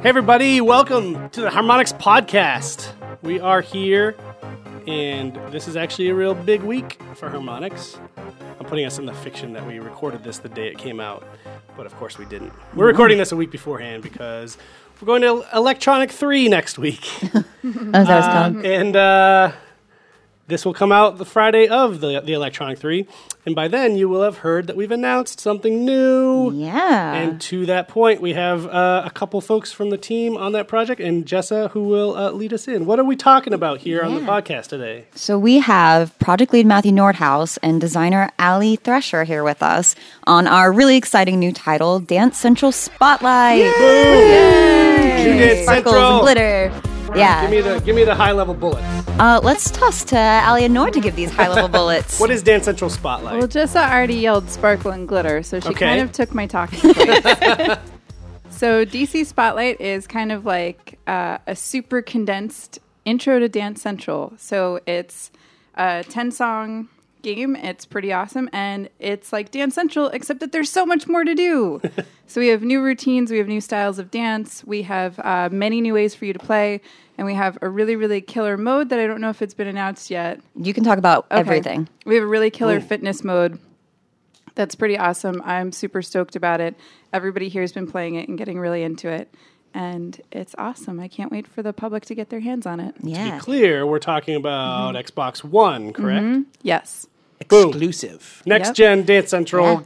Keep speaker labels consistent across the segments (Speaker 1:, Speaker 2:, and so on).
Speaker 1: Hey, everybody, welcome to the Harmonics Podcast. We are here, and this is actually a real big week for Harmonics. I'm putting us in the fiction that we recorded this the day it came out, but of course we didn't. We're recording this a week beforehand because we're going to Electronic 3 next week.
Speaker 2: Oh, is that what it's called?
Speaker 1: And uh, this will come out the Friday of the, the Electronic 3. And by then, you will have heard that we've announced something new.
Speaker 2: Yeah.
Speaker 1: And to that point, we have uh, a couple folks from the team on that project and Jessa, who will uh, lead us in. What are we talking about here on the
Speaker 2: Yeah.
Speaker 1: podcast today?
Speaker 2: so we have project lead Matthew Nordhaus and designer Ali Thresher here with us on our really exciting new title, Dance Central Spotlight.
Speaker 1: Cue Dance
Speaker 2: Sparkles
Speaker 1: Central.
Speaker 2: and glitter.
Speaker 1: Give me
Speaker 2: Yeah.
Speaker 1: the give me the high level bullets.
Speaker 2: Uh, let's toss to Ali and Nord to give these high level bullets.
Speaker 1: What is Dance Central Spotlight?
Speaker 3: Well, Jessa already yelled sparkle and glitter, so she
Speaker 1: Okay.
Speaker 3: kind of took my talking place. so DC Spotlight is kind of like uh, a super condensed intro to Dance Central. So it's a 10 song game. It's pretty awesome. And it's like Dance Central, except that there's so much more to do. so we have new routines, we have new styles of dance, we have uh, many new ways for you to play, and we have a really, really killer mode that I don't know if it's been announced yet.
Speaker 2: you can talk about
Speaker 3: Okay.
Speaker 2: everything.
Speaker 3: We have a really killer fitness mode. That's pretty awesome. I'm super stoked about it. Everybody here has been playing it and getting really into it. And it's awesome. I can't wait for the public to get their hands on it.
Speaker 1: to be
Speaker 2: Yeah. Mm-hmm.
Speaker 1: clear, we're talking about Xbox One, correct?
Speaker 3: Yes.
Speaker 1: Boom.
Speaker 4: exclusive.
Speaker 1: Next
Speaker 3: Yep.
Speaker 1: gen Dance Central.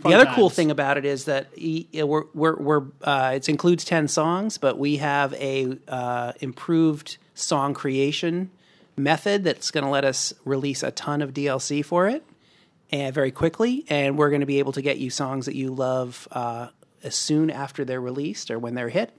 Speaker 4: The other cool
Speaker 1: times.
Speaker 4: thing about it is that e- we're, we're, we're, uh, it includes 10 songs, but we have a uh, improved song creation method that's going to let us release a ton of DLC for it and very quickly. And we're going to be able to get you songs that you love uh, as soon after they're released or when they're hit.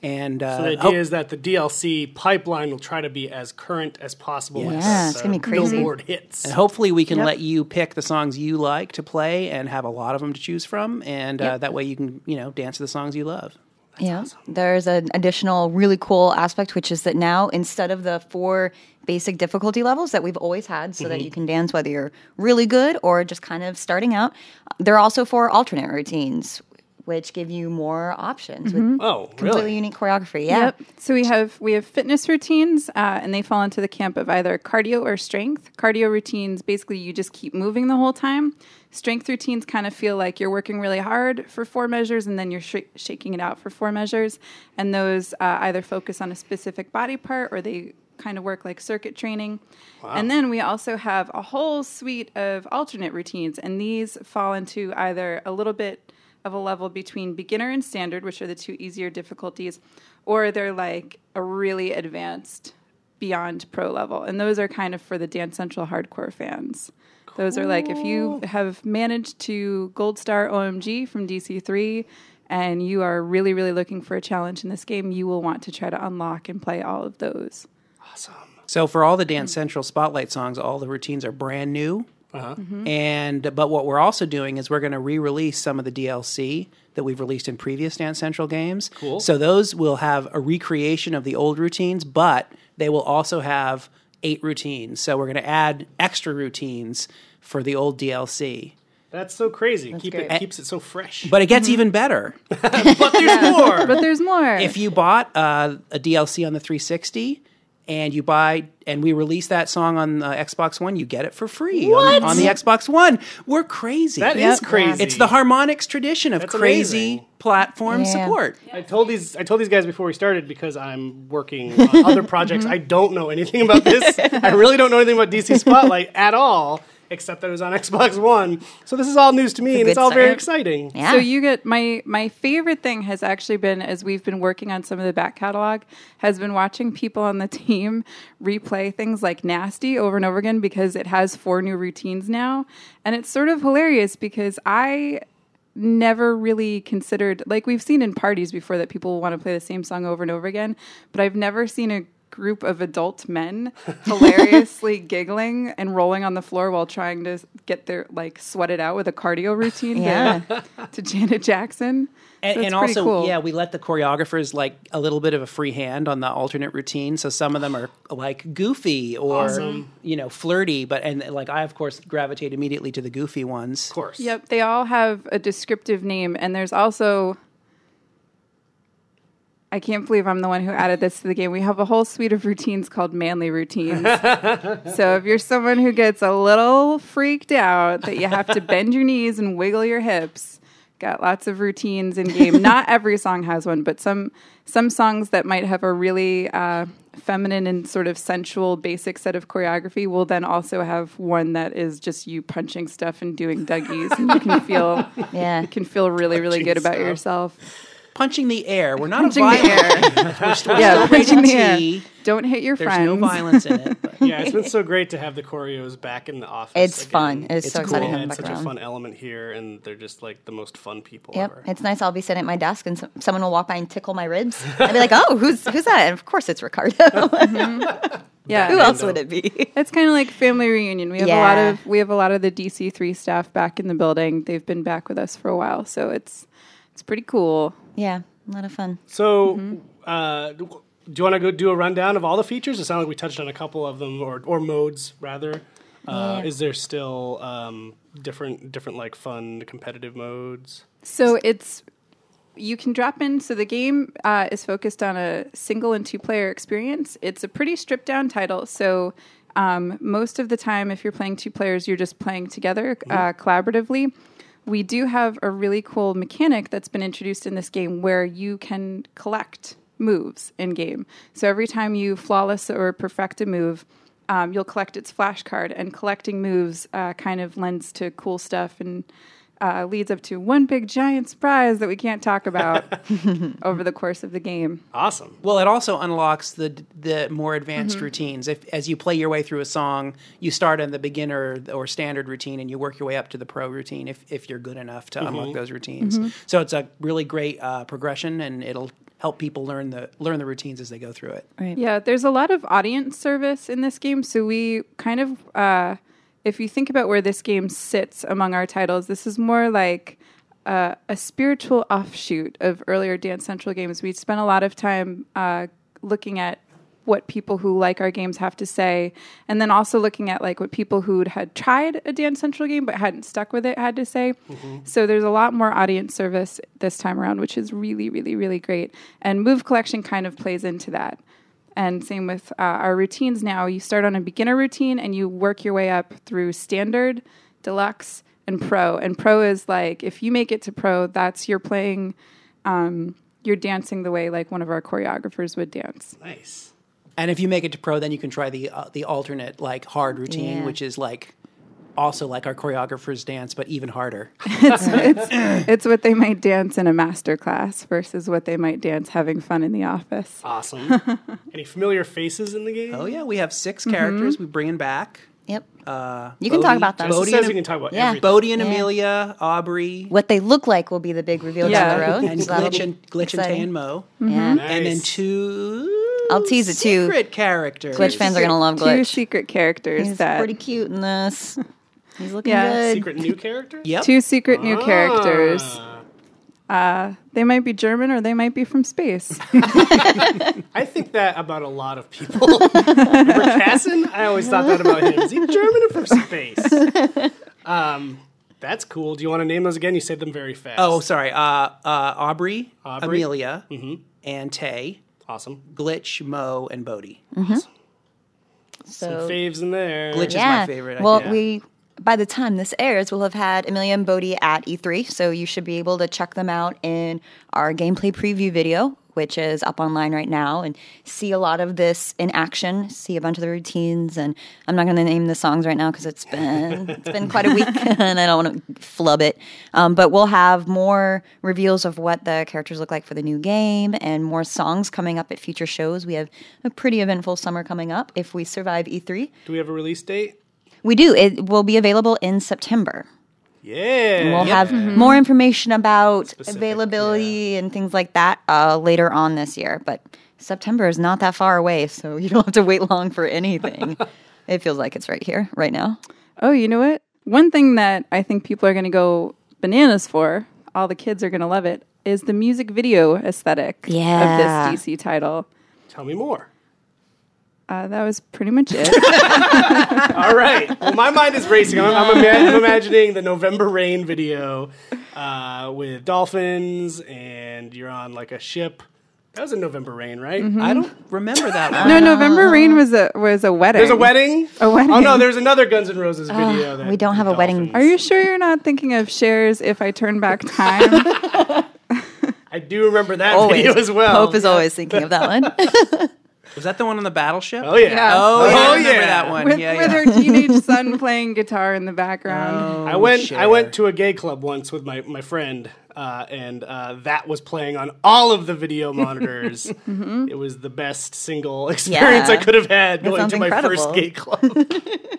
Speaker 4: And uh,
Speaker 1: So the idea
Speaker 4: hope-
Speaker 1: is that the DLC pipeline will try to be as current as possible.
Speaker 4: Yes.
Speaker 1: with,
Speaker 2: Yeah, it's
Speaker 1: uh,
Speaker 2: gonna be crazy.
Speaker 1: Billboard hits.
Speaker 4: And hopefully, we can
Speaker 3: Yep.
Speaker 4: let you pick the songs you like to play and have a lot of them to choose from. And uh, that way, you can you know dance to the songs you love.
Speaker 2: Yeah. There's an additional really cool aspect, which is that now instead of the four basic difficulty levels that we've always had, so
Speaker 3: Mm-hmm.
Speaker 2: that you can dance whether you're really good or just kind of starting out, there are also four alternate routines, which give you more options with
Speaker 1: Oh,
Speaker 2: completely
Speaker 1: really?
Speaker 2: unique choreography. Yeah.
Speaker 3: Mm-hmm. Yep. So we have we have fitness routines, uh, and they fall into the camp of either cardio or strength. Cardio routines basically you just keep moving the whole time. Strength routines kind of feel like you're working really hard for four measures, and then you're sh- shaking it out for four measures. And those uh, either focus on a specific body part or they kind of work like circuit training. And then we also have a whole suite of alternate routines, and these fall into either a little bit of a level between beginner and standard, which are the two easier difficulties, or they're like a really advanced beyond pro level. And those are kind of for the Dance Central hardcore fans. Those are like if you have managed to gold star OMG from DC3 and you are really really looking for a challenge in this game, you will want to try to unlock and play all of those.
Speaker 4: So for all the Dance Central Spotlight songs, all the routines are brand new. And but what we're also doing is we're going to re-release some of the DLC that we've released in previous Dance Central games. Cool. So those will have a recreation of the old routines, but they will also have eight routines. So we're going to add extra routines for the old DLC.
Speaker 1: That's so crazy. Keep it
Speaker 2: great.
Speaker 1: keeps it so fresh.
Speaker 4: But it gets even better.
Speaker 1: but there's more.
Speaker 3: But there's more.
Speaker 4: if you bought uh, a DLC on the 360 and you buy and we release that song on uh, Xbox One, you get it for free on-
Speaker 2: What?
Speaker 4: On, the Xbox One. We're crazy.
Speaker 1: That is crazy.
Speaker 4: It's the harmonics tradition of
Speaker 1: That's
Speaker 4: crazy
Speaker 1: amazing.
Speaker 4: platform
Speaker 2: Yeah.
Speaker 4: support.
Speaker 1: I told these I told these guys before we started because I'm working on other projects.
Speaker 2: Mm-hmm.
Speaker 1: I don't know anything about this. I really don't know anything about DC Spotlight at all, except that it was on Xbox One. So this is all news to me, and
Speaker 2: good
Speaker 1: it's all very
Speaker 2: sign.
Speaker 1: exciting.
Speaker 2: Yeah.
Speaker 3: So you get my my favorite thing has actually been as we've been working on some of the back catalog has been watching people on the team replay things like nasty over and over again because it has four new routines now and it's sort of hilarious because I never really considered like we've seen in parties before that people want to play the same song over and over again but i've never seen a group of adult men hilariously giggling and rolling on the floor while trying to get their like sweat it out with a cardio routine to-
Speaker 2: Yeah.
Speaker 3: to janet jackson
Speaker 4: And,
Speaker 3: So it's
Speaker 4: and
Speaker 3: pretty
Speaker 4: also,
Speaker 3: cool.
Speaker 4: yeah, we let the choreographers like a little bit of a free hand on the alternate routine. So some of them are like goofy or you know flirty, but and like I of course gravitate immediately to the goofy ones.
Speaker 1: Of course.
Speaker 3: Yep, they all have a descriptive name, and there's also I can't believe I'm the one who added this to the game. We have a whole suite of routines called manly routines. so if you're someone who gets a little freaked out that you have to bend your knees and wiggle your hips, got lots of routines in game. Not every song has one, but some some songs that might have a really uh, feminine and sort of sensual basic set of choreography will then also have one that is just you punching stuff and doing dougies, and you can feel
Speaker 2: Yeah.
Speaker 3: you can feel really really good about
Speaker 1: stuff.
Speaker 3: yourself.
Speaker 4: Punching the air. We're not
Speaker 3: Punching
Speaker 4: a
Speaker 3: the
Speaker 4: violent.
Speaker 3: air.
Speaker 4: We're still
Speaker 3: yeah, punching the
Speaker 4: T.
Speaker 3: air. Don't hit your
Speaker 4: There's
Speaker 3: friends.
Speaker 4: no violence in it. but-
Speaker 1: yeah, it's been so great to have the choreos back in the office.
Speaker 2: It's
Speaker 1: again.
Speaker 2: fun. It's, so
Speaker 4: cool.
Speaker 2: exciting
Speaker 1: Yeah,
Speaker 2: having
Speaker 1: it's
Speaker 2: back
Speaker 1: such a
Speaker 2: around.
Speaker 1: fun element here, and they're just like the most fun people
Speaker 2: Yep,
Speaker 1: ever.
Speaker 2: it's nice. I'll be sitting at my desk and so- someone will walk by and tickle my ribs. I'd be like, "Oh, who's who's that?" And of course, it's Ricardo.
Speaker 3: Yeah,
Speaker 2: Who else would it be?
Speaker 3: It's kind of like family reunion. We have a lot
Speaker 2: Yeah.
Speaker 3: of we have a lot of the DC three staff back in the building. They've been back with us for a while, so it's it's pretty cool.
Speaker 2: yeah, a lot of fun.
Speaker 1: So, uh, do you want to go do a rundown of all the features? It sounds like we touched on a couple of them, or or modes rather. Uh,
Speaker 2: Yeah.
Speaker 1: Is there still um, different different like fun competitive modes?
Speaker 3: So it's you can drop in. So the game uh, is focused on a single and two player experience. It's a pretty stripped down title. So um, most of the time, if you're playing two players, you're just playing together uh, collaboratively. We do have a really cool mechanic that's been introduced in this game where you can collect moves in game. So every time you flawless or perfect a move, um, you'll collect its flashcard, and collecting moves uh, kind of lends to cool stuff and uh, leads up to one big giant surprise that we can't talk about over the course of the game.
Speaker 1: Awesome.
Speaker 4: Well, it also unlocks the the more advanced routines. If as you play your way through a song, you start on the beginner or standard routine, and you work your way up to the pro routine if if you're good enough to unlock those routines. So it's a really great uh, progression, and it'll help people learn the learn the routines as they go through it.
Speaker 3: Yeah, there's a lot of audience service in this game. So we kind of, uh, if you think about where this game sits among our titles, this is more like uh, a spiritual offshoot of earlier Dance Central games. We spent a lot of time uh, looking at what people who like our games have to say, and then also looking at like what people who had tried a Dance Central game but hadn't stuck with it had to say. So there's a lot more audience service this time around, which is really, really, really great. And move collection kind of plays into that. And same with uh, our routines now. You start on a beginner routine and you work your way up through standard, deluxe, and pro. And pro is like, if you make it to pro, that's you're playing, um, you're dancing the way like one of our choreographers would dance.
Speaker 1: Nice.
Speaker 4: And if you make it to pro, then you can try the uh, the alternate like hard routine,
Speaker 2: Yeah.
Speaker 4: which is like also like our choreographer's dance, but even harder.
Speaker 3: It's what they might dance in a master class versus what they might dance having fun in the office.
Speaker 1: Awesome. Any familiar faces in the game?
Speaker 4: oh yeah, we have six characters we bring back.
Speaker 2: Yep.
Speaker 4: Uh,
Speaker 2: You can
Speaker 4: Bodhi-
Speaker 2: talk about them.
Speaker 1: It
Speaker 4: Bodhi
Speaker 1: says
Speaker 4: and,
Speaker 1: we can talk about
Speaker 2: Yeah.
Speaker 1: everything.
Speaker 4: Bodhi and
Speaker 2: Yeah.
Speaker 4: Amelia, Aubrey,
Speaker 2: what they look like will be the big reveal down the
Speaker 3: Yeah.
Speaker 2: road.
Speaker 4: and
Speaker 2: So that'll
Speaker 4: Glitch
Speaker 2: be Mm-hmm.
Speaker 4: and Glitch and Tay
Speaker 2: exciting.
Speaker 4: and Mo,
Speaker 2: Yeah.
Speaker 1: Nice.
Speaker 4: and then two.
Speaker 2: I'll tease it, too.
Speaker 4: Secret characters.
Speaker 2: Glitch fans are gonna love
Speaker 3: Two
Speaker 2: Glitch.
Speaker 3: secret characters
Speaker 2: He's
Speaker 3: that
Speaker 2: pretty cute in this. He's looking
Speaker 3: Yeah.
Speaker 2: good.
Speaker 1: secret new character.
Speaker 4: Yep.
Speaker 3: two secret new characters.
Speaker 1: Ah.
Speaker 3: They might be German or they might be from space.
Speaker 1: I think that about a lot of people. Remember Casson? I always thought that about him. Is he German or from space? Um, that's cool. Do you want to name those again? You said them very fast.
Speaker 4: Oh, sorry. Uh, uh, Aubrey,
Speaker 1: Aubrey. Mm-hmm.
Speaker 4: Amelia, and Tay,
Speaker 1: awesome.
Speaker 4: Glitch, Mo, and Bodhi.
Speaker 2: Mm-hmm. so
Speaker 1: Some faves in there.
Speaker 4: Glitch
Speaker 2: yeah.
Speaker 4: is my favorite. I
Speaker 2: Well,
Speaker 4: think.
Speaker 2: we by the time this airs, we'll have had Amelia and Bodhi at E3, so you should be able to check them out in our gameplay preview video, which is up online right now, and see a lot of this in action. See a bunch of the routines, and I'm not going to name the songs right now because it's been it's been quite a week, and I don't want to flub it. Um, but we'll have more reveals of what the characters look like for the new game, and more songs coming up at future shows. We have a pretty eventful summer coming up if we survive E E3.
Speaker 1: Do we have a release date?
Speaker 2: We do. It will be available in September.
Speaker 1: Yeah.
Speaker 2: We'll have more information about availability and things like that uh, later on this year. But September is not that far away, so you don't have to wait long for anything. it feels like it's right here, right now.
Speaker 3: oh, you know what? One thing that I think people are going to go bananas for, all the kids are going to love it, is the music video aesthetic
Speaker 2: Yeah.
Speaker 3: of this DC title.
Speaker 1: Tell me more.
Speaker 3: Uh, that was pretty much it.
Speaker 1: All right. Well, my mind is racing. I'm, I'm, ima- I'm imagining the November Rain video uh, with dolphins, and you're on like a ship. That was in November Rain, right?
Speaker 4: I don't remember that one.
Speaker 3: No, November Rain was a was a wedding.
Speaker 1: There's a wedding.
Speaker 3: A wedding.
Speaker 1: Oh no, there's another Guns N' Roses video. that
Speaker 2: Uh, we don't have
Speaker 1: the
Speaker 2: a wedding.
Speaker 1: dolphins-
Speaker 3: Are you sure you're not thinking of shares if I turn back time?
Speaker 1: I do remember that
Speaker 2: Always.
Speaker 1: video as well.
Speaker 2: Hope is always thinking of that one.
Speaker 4: Was that the one on the battleship?
Speaker 1: Oh yeah.
Speaker 3: Yeah.
Speaker 4: Oh, yeah, I remember
Speaker 1: yeah.
Speaker 4: that one.
Speaker 3: with,
Speaker 4: yeah,
Speaker 3: with
Speaker 4: yeah.
Speaker 3: her teenage son playing guitar in the background.
Speaker 4: Oh,
Speaker 1: I went. I went to a gay club once with my my friend, uh, and uh, that was playing on all of the video monitors. It was the best single experience I
Speaker 2: Mm-hmm. Yeah.
Speaker 1: could have had going
Speaker 2: sounds
Speaker 1: to my first
Speaker 2: incredible.
Speaker 1: gay club.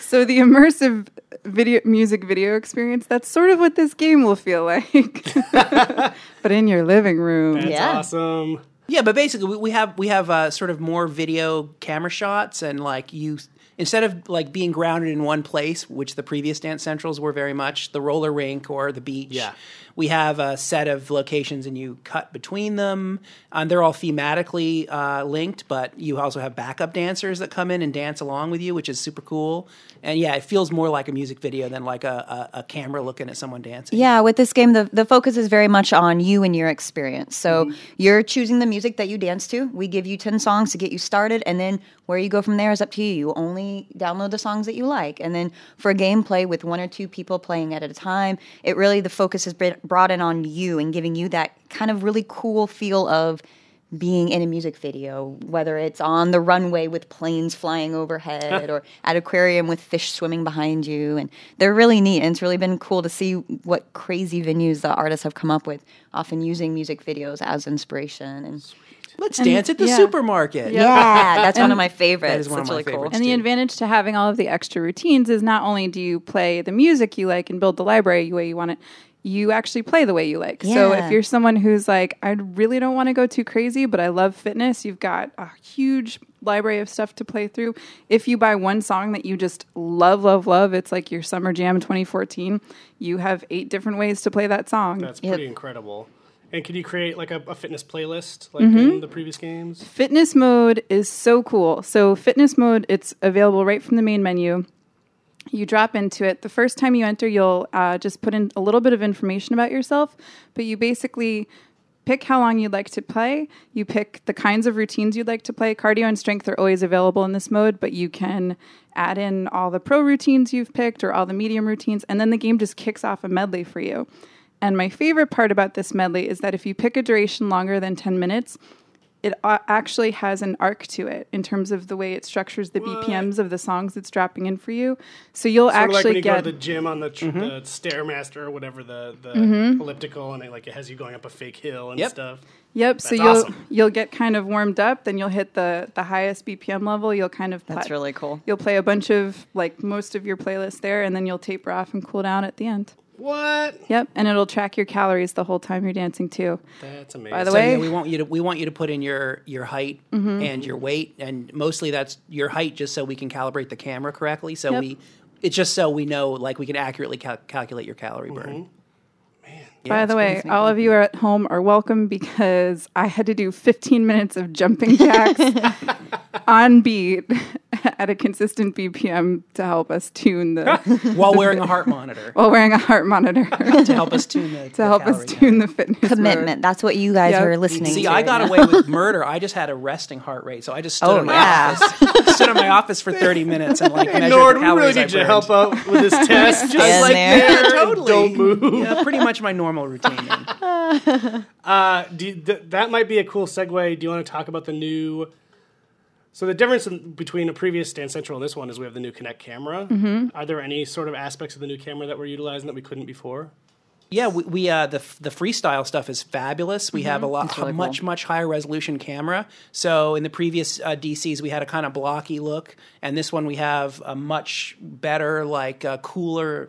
Speaker 3: So the immersive video music video experience, that's sort of what this game will feel like. but in your living room.
Speaker 1: That's
Speaker 2: Yeah.
Speaker 1: awesome.
Speaker 4: Yeah, but basically we- we have we have uh, sort of more video camera shots and like you instead of like being grounded in one place, which the previous dance centrals were very much the roller rink or the beach.
Speaker 1: Yeah.
Speaker 4: We have a set of locations and you cut between them. Um, they're all thematically uh, linked, but you also have backup dancers that come in and dance along with you, which is super cool. And yeah, it feels more like a music video than like a, a, a camera looking at someone dancing.
Speaker 2: Yeah, with this game, the, the focus is very much on you and your experience. So you're choosing the music that you dance to. We give you 10 songs to get you started, and then where you go from there is up to you. You only download the songs that you like. And then for gameplay with one or two people playing at a time, it really, the focus is br- brought in on you and giving you that kind of really cool feel of being in a music video, whether it's on the runway with planes flying overhead or at aquarium with fish swimming behind you. And they're really neat. And it's really been cool to see what crazy venues the artists have come up with, often using music videos as inspiration. And
Speaker 4: Let's dance at the
Speaker 3: yeah.
Speaker 4: supermarket.
Speaker 3: Yeah.
Speaker 2: yeah, that's one of my favorites.
Speaker 4: is one of
Speaker 2: That's
Speaker 4: my
Speaker 2: really
Speaker 4: favorites.
Speaker 2: cool.
Speaker 3: And the
Speaker 4: Dude.
Speaker 3: advantage to having all of the extra routines is not only do you play the music you like and build the library the way you want it, you actually play the way you like. So
Speaker 2: Yeah.
Speaker 3: if you're someone who's like, I really don't want to go too crazy, but I love fitness, you've got a huge library of stuff to play through. If you buy one song that you just love, love, love, it's like your Summer Jam 2014, you have eight different ways to play that song.
Speaker 1: That's pretty incredible. And can you create like a, a fitness playlist like
Speaker 2: Mm-hmm.
Speaker 1: in the previous games?
Speaker 3: Fitness mode is so cool. So, fitness mode, it's available right from the main menu. You drop into it. The first time you enter, you'll uh, just put in a little bit of information about yourself, but you basically pick how long you'd like to play. You pick the kinds of routines you'd like to play. Cardio and strength are always available in this mode, but you can add in all the pro routines you've picked or all the medium routines, and then the game just kicks off a medley for you. And my favorite part about this medley is that if you pick a duration longer than 10 minutes, it a- actually has an arc to it in terms of the way it structures the BPMs of the songs it's dropping in for you. So you'll
Speaker 1: Sort of
Speaker 3: actually
Speaker 1: like when you
Speaker 3: get
Speaker 1: go to the gym on the, tr- the stairmaster or whatever the, the elliptical, and it like it has you going up a fake hill and
Speaker 4: Yep.
Speaker 1: stuff.
Speaker 3: Yep. so
Speaker 1: That's
Speaker 3: you'll
Speaker 1: awesome.
Speaker 3: you'll get kind of warmed up, then you'll hit the the highest BPM level. You'll kind of
Speaker 2: That's really cool.
Speaker 3: You'll play a bunch of like most of your playlist there, and then you'll taper off and cool down at the end.
Speaker 1: What?
Speaker 3: Yep, and it'll track your calories the whole time you're dancing too.
Speaker 1: That's amazing.
Speaker 3: By the
Speaker 4: So,
Speaker 3: way,
Speaker 4: yeah, we want you to we want you to put in your your height
Speaker 3: Mm-hmm.
Speaker 4: and your weight, and mostly that's your height, just so we can calibrate the camera correctly. So
Speaker 3: Yep.
Speaker 4: we it's just so we know like we can accurately cal- calculate your calorie burn.
Speaker 3: By the way, all of you are at home are welcome because I had to do 15 minutes of jumping jacks on beat at a consistent BPM to help us tune the
Speaker 1: Mm-hmm.
Speaker 4: While wearing a heart monitor
Speaker 3: while wearing a heart monitor to
Speaker 4: to help us tune the to
Speaker 3: help us tune the fitness mode.
Speaker 2: Commitment. That's what you guys
Speaker 3: Yeah.
Speaker 2: were listening
Speaker 4: See,
Speaker 2: to.
Speaker 4: I got away with murder. I just had a resting heart rate, so I just stood
Speaker 2: Oh,
Speaker 4: in my
Speaker 2: yeah.
Speaker 4: office, stood in my office for thirty minutes and like measured
Speaker 1: Nord,
Speaker 4: the
Speaker 1: we really
Speaker 4: calories
Speaker 1: need you
Speaker 4: I
Speaker 1: to
Speaker 4: burned.
Speaker 1: help out with this test. Just
Speaker 2: Stand
Speaker 1: like
Speaker 2: there.
Speaker 1: there,
Speaker 4: Yeah, totally.
Speaker 1: don't move.
Speaker 4: Yeah, pretty much my normal routine. then.
Speaker 1: Uh, do you- th- that might be a cool segue. Do you want to talk about the new? So the difference in, between a previous Stand Central and this one is we have the new Kinect camera. Are there any sort of aspects of the new camera that we're utilizing that we couldn't before?
Speaker 4: Yeah, we, we uh, the the freestyle stuff is fabulous. We have a lot,
Speaker 2: Mm-hmm. really
Speaker 4: a much
Speaker 2: cool.
Speaker 4: much higher resolution camera. So in the previous uh, DCs, we had a kind of blocky look, and this one we have a much better, like uh, cooler,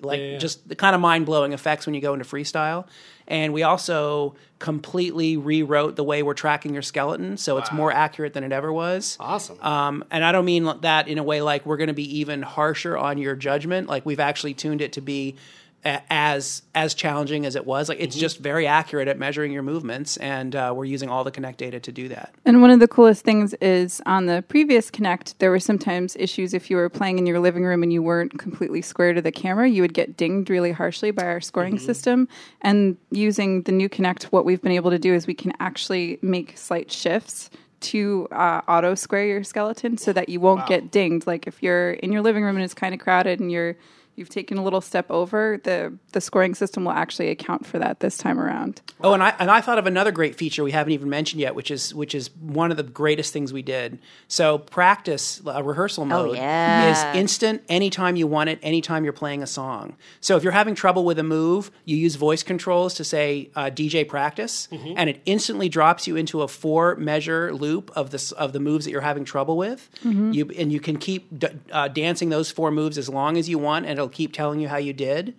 Speaker 4: like just the kind of mind blowing effects when you go into freestyle. And we also completely rewrote the way we're tracking your skeleton, so it's more accurate than it ever was.
Speaker 1: Awesome.
Speaker 4: Um, and I don't mean that in a way like we're going to be even harsher on your judgment. Like we've actually tuned it to be a- as as challenging as it was. Like it's just very accurate at measuring your movements, and uh, we're using all the Connect data to do that.
Speaker 3: And one of the coolest things is on the previous Connect, there were sometimes issues if you were playing in your living room and you weren't completely square to the camera, you would get dinged really harshly by our scoring system. And using the new Connect, what we've been able to do is we can actually make slight shifts to uh, auto square your skeleton so that you won't get dinged. Like if you're in your living room and it's kind of crowded and you're You've taken a little step over. the The scoring system will actually account for that this time around.
Speaker 4: Oh, and I and I thought of another great feature we haven't even mentioned yet, which is which is one of the greatest things we did. So practice a rehearsal mode
Speaker 2: yeah.
Speaker 4: is instant, anytime you want it, anytime you're playing a song. So if you're having trouble with a move, you use voice controls to say uh, DJ practice, and it instantly drops you into a four measure loop of this of the moves that you're having trouble with. You and you can keep d- uh, dancing those four moves as long as you want, and it'll keep telling you how you did.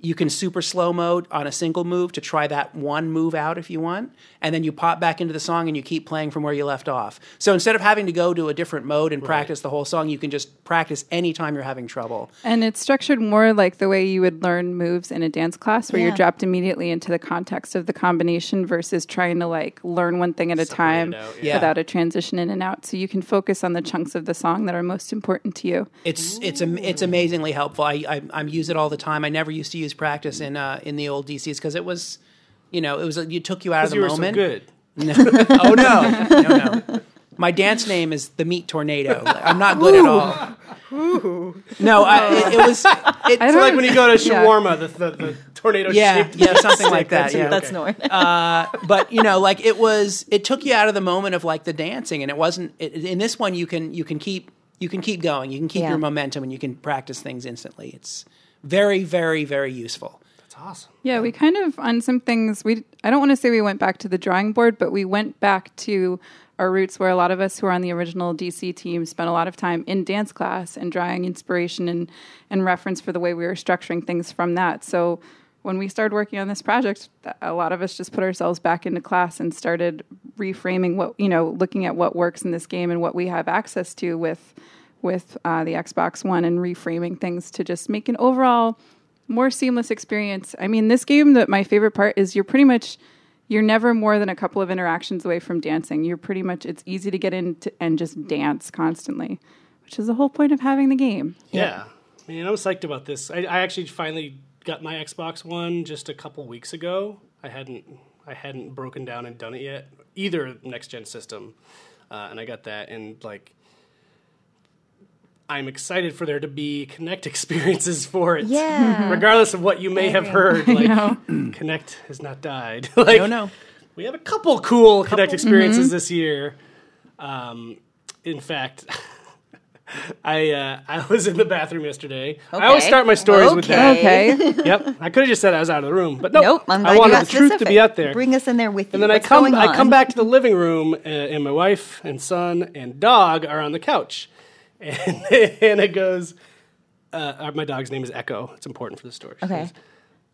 Speaker 4: You can super slow mode on a single move to try that one move out if you want, and then you pop back into the song and you keep playing from where you left off. So instead of having to go to a different mode and practice the whole song, you can just practice anytime you're having trouble.
Speaker 3: And it's structured more like the way you would learn moves in a dance class, where
Speaker 2: Yeah.
Speaker 3: you're dropped immediately into the context of the combination versus trying to like learn one thing at a time
Speaker 1: out,
Speaker 4: yeah.
Speaker 3: without a transition in and out. So you can focus on the chunks of the song that are most important to you.
Speaker 4: It's it's am- it's amazingly helpful. I, I I use it all the time. I never used to use practice in uh, in the old DCs because it was, you know, it was you took you out of the
Speaker 1: you were so
Speaker 4: moment.
Speaker 1: good.
Speaker 4: No. oh no. no, no. My dance name is the Meat Tornado. Like, I'm not good at all. No, I, it, it was. It's
Speaker 3: don't-
Speaker 4: like
Speaker 1: Like when you go to
Speaker 3: Yeah.
Speaker 1: shawarma, the, the, the tornado
Speaker 4: yeah,
Speaker 1: shaped.
Speaker 4: yeah, something like that. Yeah,
Speaker 2: That's Norm.
Speaker 4: but you know like it was it took you out of the moment of like the dancing and it wasn't it, in this one you can you can keep you can keep going you can keep
Speaker 2: Yeah.
Speaker 4: your momentum and you can practice things instantly it's very very very useful
Speaker 1: That's awesome.
Speaker 3: Yeah, we kind of on some things we I don't want to say we went back to the drawing board, but we went back to our roots where a lot of us who are on the original DC team spent a lot of time in dance class and drawing inspiration and and reference for the way we were structuring things from that. So when we started working on this project, th- a lot of us just put ourselves back into class and started reframing what you know, looking at what works in this game and what we have access to with with uh, the Xbox One and reframing things to just make an overall more seamless experience. I mean, this game that my favorite part is you're pretty much you're never more than a couple of interactions away from dancing. You're pretty much it's easy to get into and just dance constantly, which is the whole point of having the game.
Speaker 1: Yeah. Man, I was psyched about this. I, I actually finally got my Xbox One just a couple weeks ago. I hadn't I hadn't broken down and done it yet either next gen system, uh, and I got that and like. I'm excited for there to be Connect experiences for it.
Speaker 2: Yeah.
Speaker 1: Regardless of what you may have heard, like Connect has not died. like,
Speaker 4: no no
Speaker 1: we had a couple cool Connect experiences
Speaker 2: Mm-hmm.
Speaker 1: this year. Um, in fact, I uh, I was in the bathroom yesterday. I always
Speaker 2: Okay.
Speaker 1: start my stories with that.
Speaker 3: Okay.
Speaker 1: Yep, I could have just said I was out of the room, but nope.
Speaker 2: Nope, I'm glad
Speaker 1: I wanted
Speaker 2: you got
Speaker 1: the truth to
Speaker 2: specific.
Speaker 1: be out there.
Speaker 2: Bring us in there with
Speaker 1: and
Speaker 2: you.
Speaker 1: then I come I come back to the living room, uh, and my wife and son and dog are on the couch, and Hannah goes. Uh, my dog's name is Echo. It's important for the story. She
Speaker 2: Okay.
Speaker 1: goes,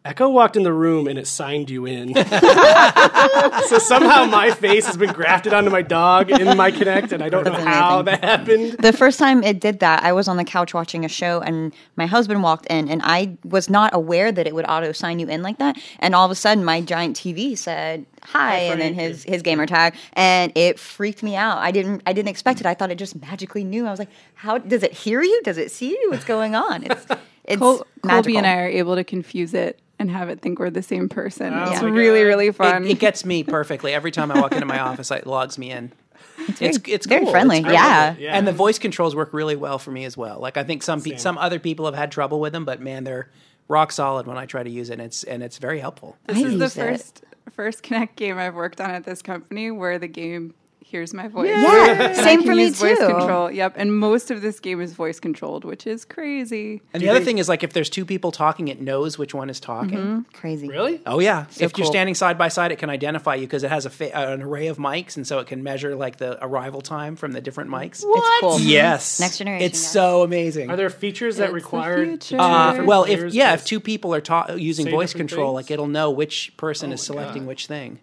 Speaker 1: Echo walked in the room and it signed you in. so somehow my face has been grafted onto my dog in my Connect, and I don't know how that happened.
Speaker 2: The first time it did that, I was on the couch watching a show and my husband walked in and I was not aware that it would auto sign you in like that. And all of a sudden my giant TV said hi and then
Speaker 1: Frank.
Speaker 2: his his gamer tag and it freaked me out. I didn't I didn't expect it. I thought it just magically knew. I was like, How does it hear you? Does it see you? What's going on? It's it's
Speaker 3: Col- Colby
Speaker 2: magical.
Speaker 3: and I are able to confuse it and have it think we're the same person. it's
Speaker 1: Oh my
Speaker 3: really
Speaker 1: God.
Speaker 3: really fun.
Speaker 4: it, it gets me perfectly every time i walk into my office it logs me in it's it's,
Speaker 2: very
Speaker 4: cool.
Speaker 2: friendly.
Speaker 4: It's great.
Speaker 2: Yeah.
Speaker 1: Yeah.
Speaker 4: and the voice controls work really well for me as well like i think some pe- some other people have had trouble with them but man they're rock solid when i try to use it and it's and it's very helpful
Speaker 3: This
Speaker 2: I
Speaker 3: is the
Speaker 2: use it.
Speaker 3: first first Connect game I've worked on at this company where the game hears my voice.
Speaker 2: Yeah.
Speaker 3: And I
Speaker 2: Same
Speaker 3: can
Speaker 2: for me
Speaker 3: use Voice
Speaker 2: too.
Speaker 3: control. Yep. And most of this game is voice controlled, which is crazy.
Speaker 4: and the other thing is like if there's two people talking it knows which one is talking
Speaker 1: Mm-hmm.
Speaker 2: Crazy.
Speaker 1: Really?
Speaker 4: Oh yeah. if you're
Speaker 2: cool.
Speaker 4: standing side by side, it can identify you because it has a fa- an array of mics, and so it can measure like the arrival time from the different mics.
Speaker 2: It's cool.
Speaker 4: Yes,
Speaker 2: Next generation,
Speaker 4: It's
Speaker 2: guys.
Speaker 4: so amazing.
Speaker 1: Mm-hmm. Are there features
Speaker 3: It's
Speaker 1: that
Speaker 3: the
Speaker 1: require Oh,
Speaker 3: future.
Speaker 4: uh,
Speaker 3: different
Speaker 4: well, if
Speaker 1: players
Speaker 4: yeah,
Speaker 1: to
Speaker 4: if two people are ta- uh, using
Speaker 1: say
Speaker 4: voice
Speaker 1: different
Speaker 4: control,
Speaker 1: things? Oh
Speaker 4: like it'll know which person is selecting which thing.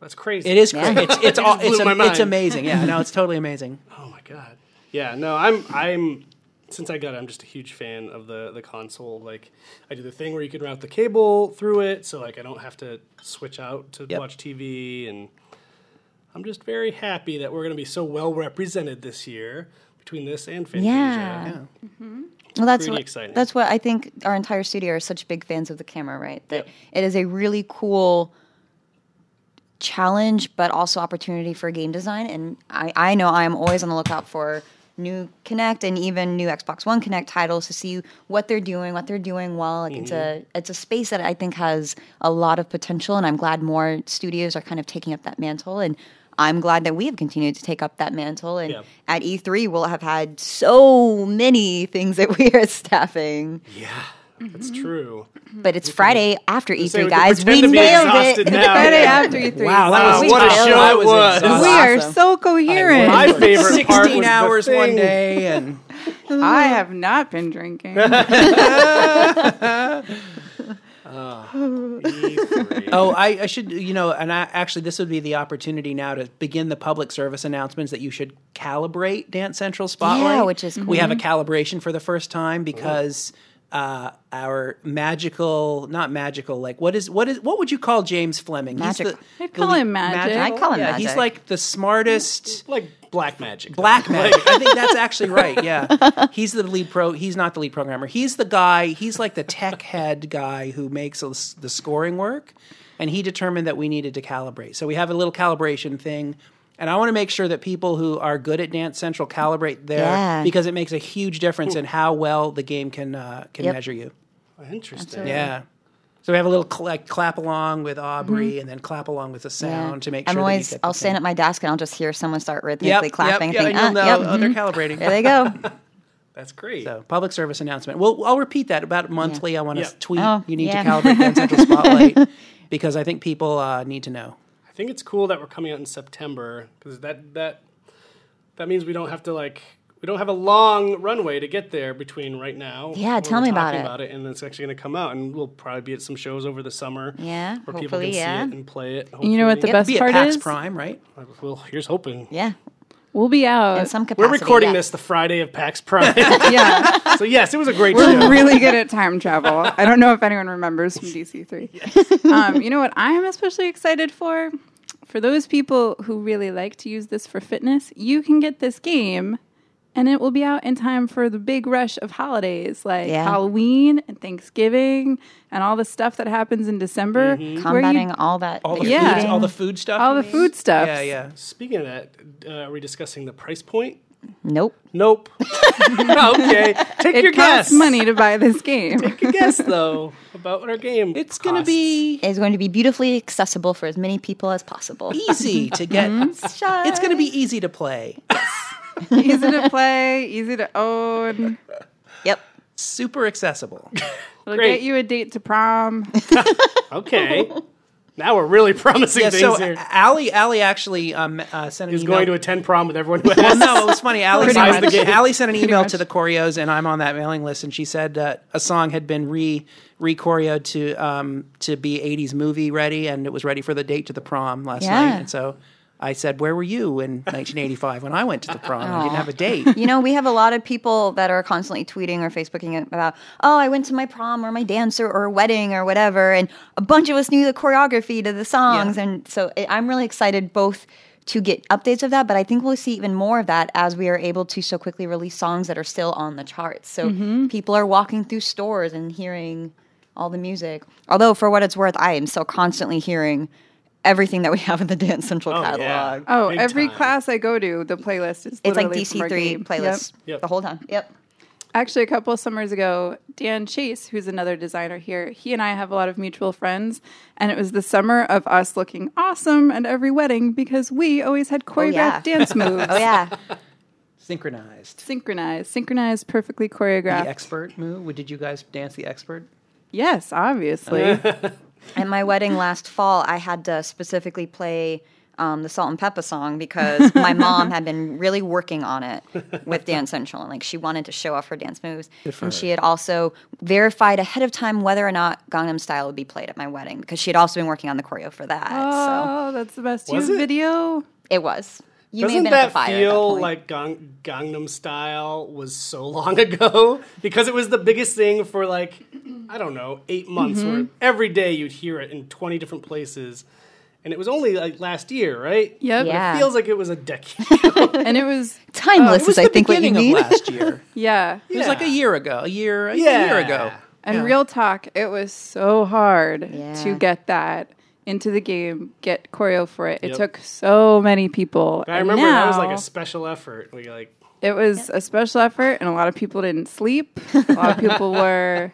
Speaker 1: That's crazy.
Speaker 4: It is.
Speaker 2: Yeah.
Speaker 4: crazy. It's it's all, it's,
Speaker 1: blew
Speaker 4: am-
Speaker 1: my
Speaker 4: it's
Speaker 1: mind.
Speaker 4: amazing. Yeah, no, it's totally amazing.
Speaker 1: Oh my god. Yeah. No, I'm I'm since I got it, I'm just a huge fan of the the console. Like I do the thing where you can route the cable through it, so like I don't have to switch out to
Speaker 4: Yep.
Speaker 1: watch TV. And I'm just very happy that we're going to be so well represented this year between this and Fantasia.
Speaker 2: Yeah. Well, that's
Speaker 1: Pretty
Speaker 2: what,
Speaker 1: exciting.
Speaker 2: That's what I think. Our entire studio are such big fans of the camera, right? That it is a really cool challenge, but also opportunity for game design. And I, I know I am always on the lookout for new Connect and even new Xbox One Connect titles to see what they're doing, what they're doing well. Like it's a
Speaker 1: Mm-hmm.
Speaker 2: it's a space that I think has a lot of potential, and I'm glad more studios are kind of taking up that mantle and. I'm glad that we have continued to take up that mantle, and
Speaker 1: Yeah.
Speaker 2: at E3 we'll have had so many things that we are staffing.
Speaker 1: Yeah, that's
Speaker 2: Mm-hmm.
Speaker 1: true.
Speaker 2: But it's Friday after
Speaker 1: say
Speaker 2: E3,
Speaker 1: we can
Speaker 2: guys. We
Speaker 1: pretend to be
Speaker 2: nailed
Speaker 1: exhausted
Speaker 2: it.
Speaker 1: now.
Speaker 3: Friday after E3.
Speaker 4: Wow, that
Speaker 1: Wow,
Speaker 4: was
Speaker 1: what a
Speaker 4: wild.
Speaker 1: show
Speaker 4: I
Speaker 1: it
Speaker 4: was
Speaker 1: was.
Speaker 4: exhausted.
Speaker 3: We are
Speaker 4: Awesome.
Speaker 3: so coherent.
Speaker 1: My favorite part was
Speaker 4: 16
Speaker 1: the
Speaker 4: hours one
Speaker 1: thing.
Speaker 4: day and
Speaker 3: I have not been drinking.
Speaker 1: E3.
Speaker 4: oh I, I should you know and i actually this would be the opportunity now to begin the public service announcements that you should calibrate dance central spotlight
Speaker 2: which is
Speaker 4: we have a calibration for the first time because uh, our magical not magical like what is what is what would you call james fleming
Speaker 2: Magic.
Speaker 4: the,
Speaker 3: I'd call him magic.
Speaker 2: I'd call him
Speaker 4: yeah, he's
Speaker 2: magic.
Speaker 4: like the smartest
Speaker 1: like black magic.
Speaker 4: Black magic. I think that's actually right. Yeah, he's the lead pro. He's not the lead programmer. He's the guy. He's like the tech head guy who makes us- the scoring work. And he determined that we needed to calibrate. So we have a little calibration thing. And I want to make sure that people who are good at Dance Central calibrate there
Speaker 2: Yeah.
Speaker 4: because it makes a huge difference in how well the game can uh, can
Speaker 2: Yep.
Speaker 4: measure you.
Speaker 1: Interesting.
Speaker 4: Yeah. So we have a little cl- like clap along with Aubrey, and then clap along with the sound to make
Speaker 2: Mm-hmm.
Speaker 4: sure.
Speaker 2: I'm
Speaker 4: that you
Speaker 2: always.
Speaker 4: get the
Speaker 2: I'll
Speaker 4: thing.
Speaker 2: stand at my desk and I'll just hear someone start
Speaker 4: Yep,
Speaker 2: rhythmically
Speaker 4: yep,
Speaker 2: clapping.
Speaker 4: yeah,
Speaker 2: think,
Speaker 4: you'll
Speaker 2: "Ah,
Speaker 4: know.
Speaker 2: yep,
Speaker 4: Oh, they're
Speaker 2: mhm,
Speaker 4: calibrating.
Speaker 2: There they go.
Speaker 1: That's great.
Speaker 4: So public service announcement. Well, I'll repeat that about monthly. I want to
Speaker 1: Yeah.
Speaker 4: tweet.
Speaker 2: Oh,
Speaker 4: you need
Speaker 2: yeah.
Speaker 4: to calibrate that central spotlight because I think people uh, need to know.
Speaker 1: I think it's cool that we're coming out in September because that that that means we don't have to like we don't have a long runway to get there between right now.
Speaker 2: Yeah,
Speaker 1: when
Speaker 2: tell
Speaker 1: we're
Speaker 2: me about
Speaker 1: talking
Speaker 2: it.
Speaker 1: About it, and it's actually going to come out, and we'll probably be at some shows over the summer.
Speaker 2: Yeah,
Speaker 1: where people
Speaker 2: hopefully,
Speaker 1: can
Speaker 2: yeah.
Speaker 1: see it and play it.
Speaker 3: you know what the
Speaker 4: Be
Speaker 3: best
Speaker 4: at
Speaker 3: part is?
Speaker 4: PAX Prime, right?
Speaker 1: best? Well, here's hoping.
Speaker 2: Yeah,
Speaker 3: We'll be
Speaker 2: in
Speaker 3: out.
Speaker 2: some capacity.
Speaker 1: We're recording
Speaker 2: yeah.
Speaker 1: this the Friday of PAX Prime,
Speaker 3: yeah.
Speaker 1: so yes, it was a great show.
Speaker 3: We're really good at time travel. I don't know if anyone remembers from DC3. Um, you know what I am especially excited for? For those people who really like to use this for fitness, you can get this game and it will be out in time for the big rush of holidays like
Speaker 2: Yeah.
Speaker 3: Halloween and Thanksgiving and all the stuff that happens in December. where you-
Speaker 2: Mm-hmm. combating all that.
Speaker 4: All the
Speaker 2: you're
Speaker 3: Yeah.
Speaker 4: food,
Speaker 2: eating.
Speaker 4: all the food stuff.
Speaker 3: all
Speaker 4: you
Speaker 3: the
Speaker 4: mean?
Speaker 3: food stuff.
Speaker 4: Yeah, yeah.
Speaker 1: Speaking of that, uh, are we discussing the price point?
Speaker 2: Nope.
Speaker 1: Nope. okay, take
Speaker 3: It
Speaker 1: your
Speaker 3: costs
Speaker 1: guess.
Speaker 3: money to buy this game.
Speaker 1: Take a guess though about our game.
Speaker 4: It's going to
Speaker 1: costs.
Speaker 4: be
Speaker 2: It's going to be beautifully accessible for as many people as possible.
Speaker 4: easy to get.
Speaker 3: Mm-hmm.
Speaker 4: It's going to be easy to play.
Speaker 3: easy to play, easy to own.
Speaker 2: Yep.
Speaker 4: Super accessible.
Speaker 3: It'll
Speaker 1: Great.
Speaker 3: get you a date to prom.
Speaker 1: Okay. now we're really promising
Speaker 4: Yeah.
Speaker 1: things
Speaker 4: So uh,
Speaker 1: here.
Speaker 4: Allie, Allie actually um, uh, sent an
Speaker 1: He's
Speaker 4: email.
Speaker 1: going to attend prom with everyone who
Speaker 4: well,
Speaker 1: has.
Speaker 4: no, it was funny. Allie,
Speaker 3: Pretty
Speaker 4: sent,
Speaker 1: much.
Speaker 4: Allie sent an email to
Speaker 3: much.
Speaker 4: the choreos, and I'm on that mailing list. And she said uh, a song had been re re choreoed to um, to be '80s movie ready, and it was ready for the date to the prom last
Speaker 2: Yeah.
Speaker 4: night. And so I said, "Where were you in 1985 when I went to the prom? I didn't have a date."
Speaker 2: You know, we have a lot of people that are constantly tweeting or Facebooking about, oh, I went to my prom or my dance or, or wedding or whatever. And a bunch of us knew the choreography to the songs.
Speaker 4: Yeah.
Speaker 2: And so it, I'm really excited both to get updates of that, but I think we'll see even more of that as we are able to so quickly release songs that are still on the charts. So
Speaker 3: Mm-hmm.
Speaker 2: people are walking through stores and hearing all the music. Although, for what it's worth, I am still constantly hearing everything that we have in the Dance Central
Speaker 1: Oh, yeah.
Speaker 2: catalog.
Speaker 3: Oh,
Speaker 1: Big
Speaker 3: every
Speaker 1: time.
Speaker 3: class I go to, the playlist is
Speaker 2: It's like
Speaker 3: literally from our
Speaker 2: DC3
Speaker 3: game.
Speaker 2: playlist
Speaker 3: Yep.
Speaker 1: Yep.
Speaker 2: the whole time. Yep.
Speaker 3: Actually, a couple of summers ago, Dan Chase, who's another designer here, he and I have a lot of mutual friends, and it was the summer of us looking awesome at every wedding because we always had choreographed
Speaker 2: Oh, yeah.
Speaker 3: dance moves.
Speaker 2: Oh, yeah.
Speaker 4: Synchronized.
Speaker 3: Synchronized, synchronized, perfectly
Speaker 4: The
Speaker 3: choreographed.
Speaker 4: expert move. Did you guys dance the expert?
Speaker 3: yes, obviously.
Speaker 2: At my wedding last fall, I had to specifically play um, the Salt and Pepper song because my mom had been really working on it with Dance Central, and like she wanted to show off her dance moves. And she had also verified ahead of time whether or not Gangnam Style would be played at my
Speaker 3: Ah.
Speaker 2: wedding because she had also been working on the choreo for that.
Speaker 3: oh, that's the best. You
Speaker 1: Was
Speaker 3: have
Speaker 1: it?
Speaker 3: video.
Speaker 2: So it was. You may have
Speaker 1: Doesn't
Speaker 2: been at
Speaker 1: that
Speaker 2: the fire. at that
Speaker 1: feel
Speaker 2: point.
Speaker 1: like Gang- Gangnam Style was so long ago? because it was the biggest thing for like, I don't know, eight months where
Speaker 4: Mm-hmm.
Speaker 1: every day you'd hear it in 20 different places. And it was only like last year, right? But
Speaker 3: Yep.
Speaker 2: Yeah.
Speaker 1: It feels like it was a decade.
Speaker 3: And it was
Speaker 2: timeless
Speaker 4: It
Speaker 2: is,
Speaker 4: was
Speaker 2: I
Speaker 4: the
Speaker 2: think, what you
Speaker 4: beginning
Speaker 2: mean.
Speaker 4: of last year.
Speaker 3: yeah.
Speaker 4: It was like
Speaker 1: Yeah.
Speaker 4: a year ago, a year, a
Speaker 1: Yeah.
Speaker 4: year ago.
Speaker 3: And real talk, it was so hard
Speaker 2: Yeah.
Speaker 3: to get that into the game, get choreo for it. It
Speaker 1: Yep.
Speaker 3: took so many people.
Speaker 1: I
Speaker 3: And
Speaker 1: remember that was like
Speaker 3: now
Speaker 1: a special effort. We like,
Speaker 3: it was a special effort, and a lot of people didn't sleep. A lot of people were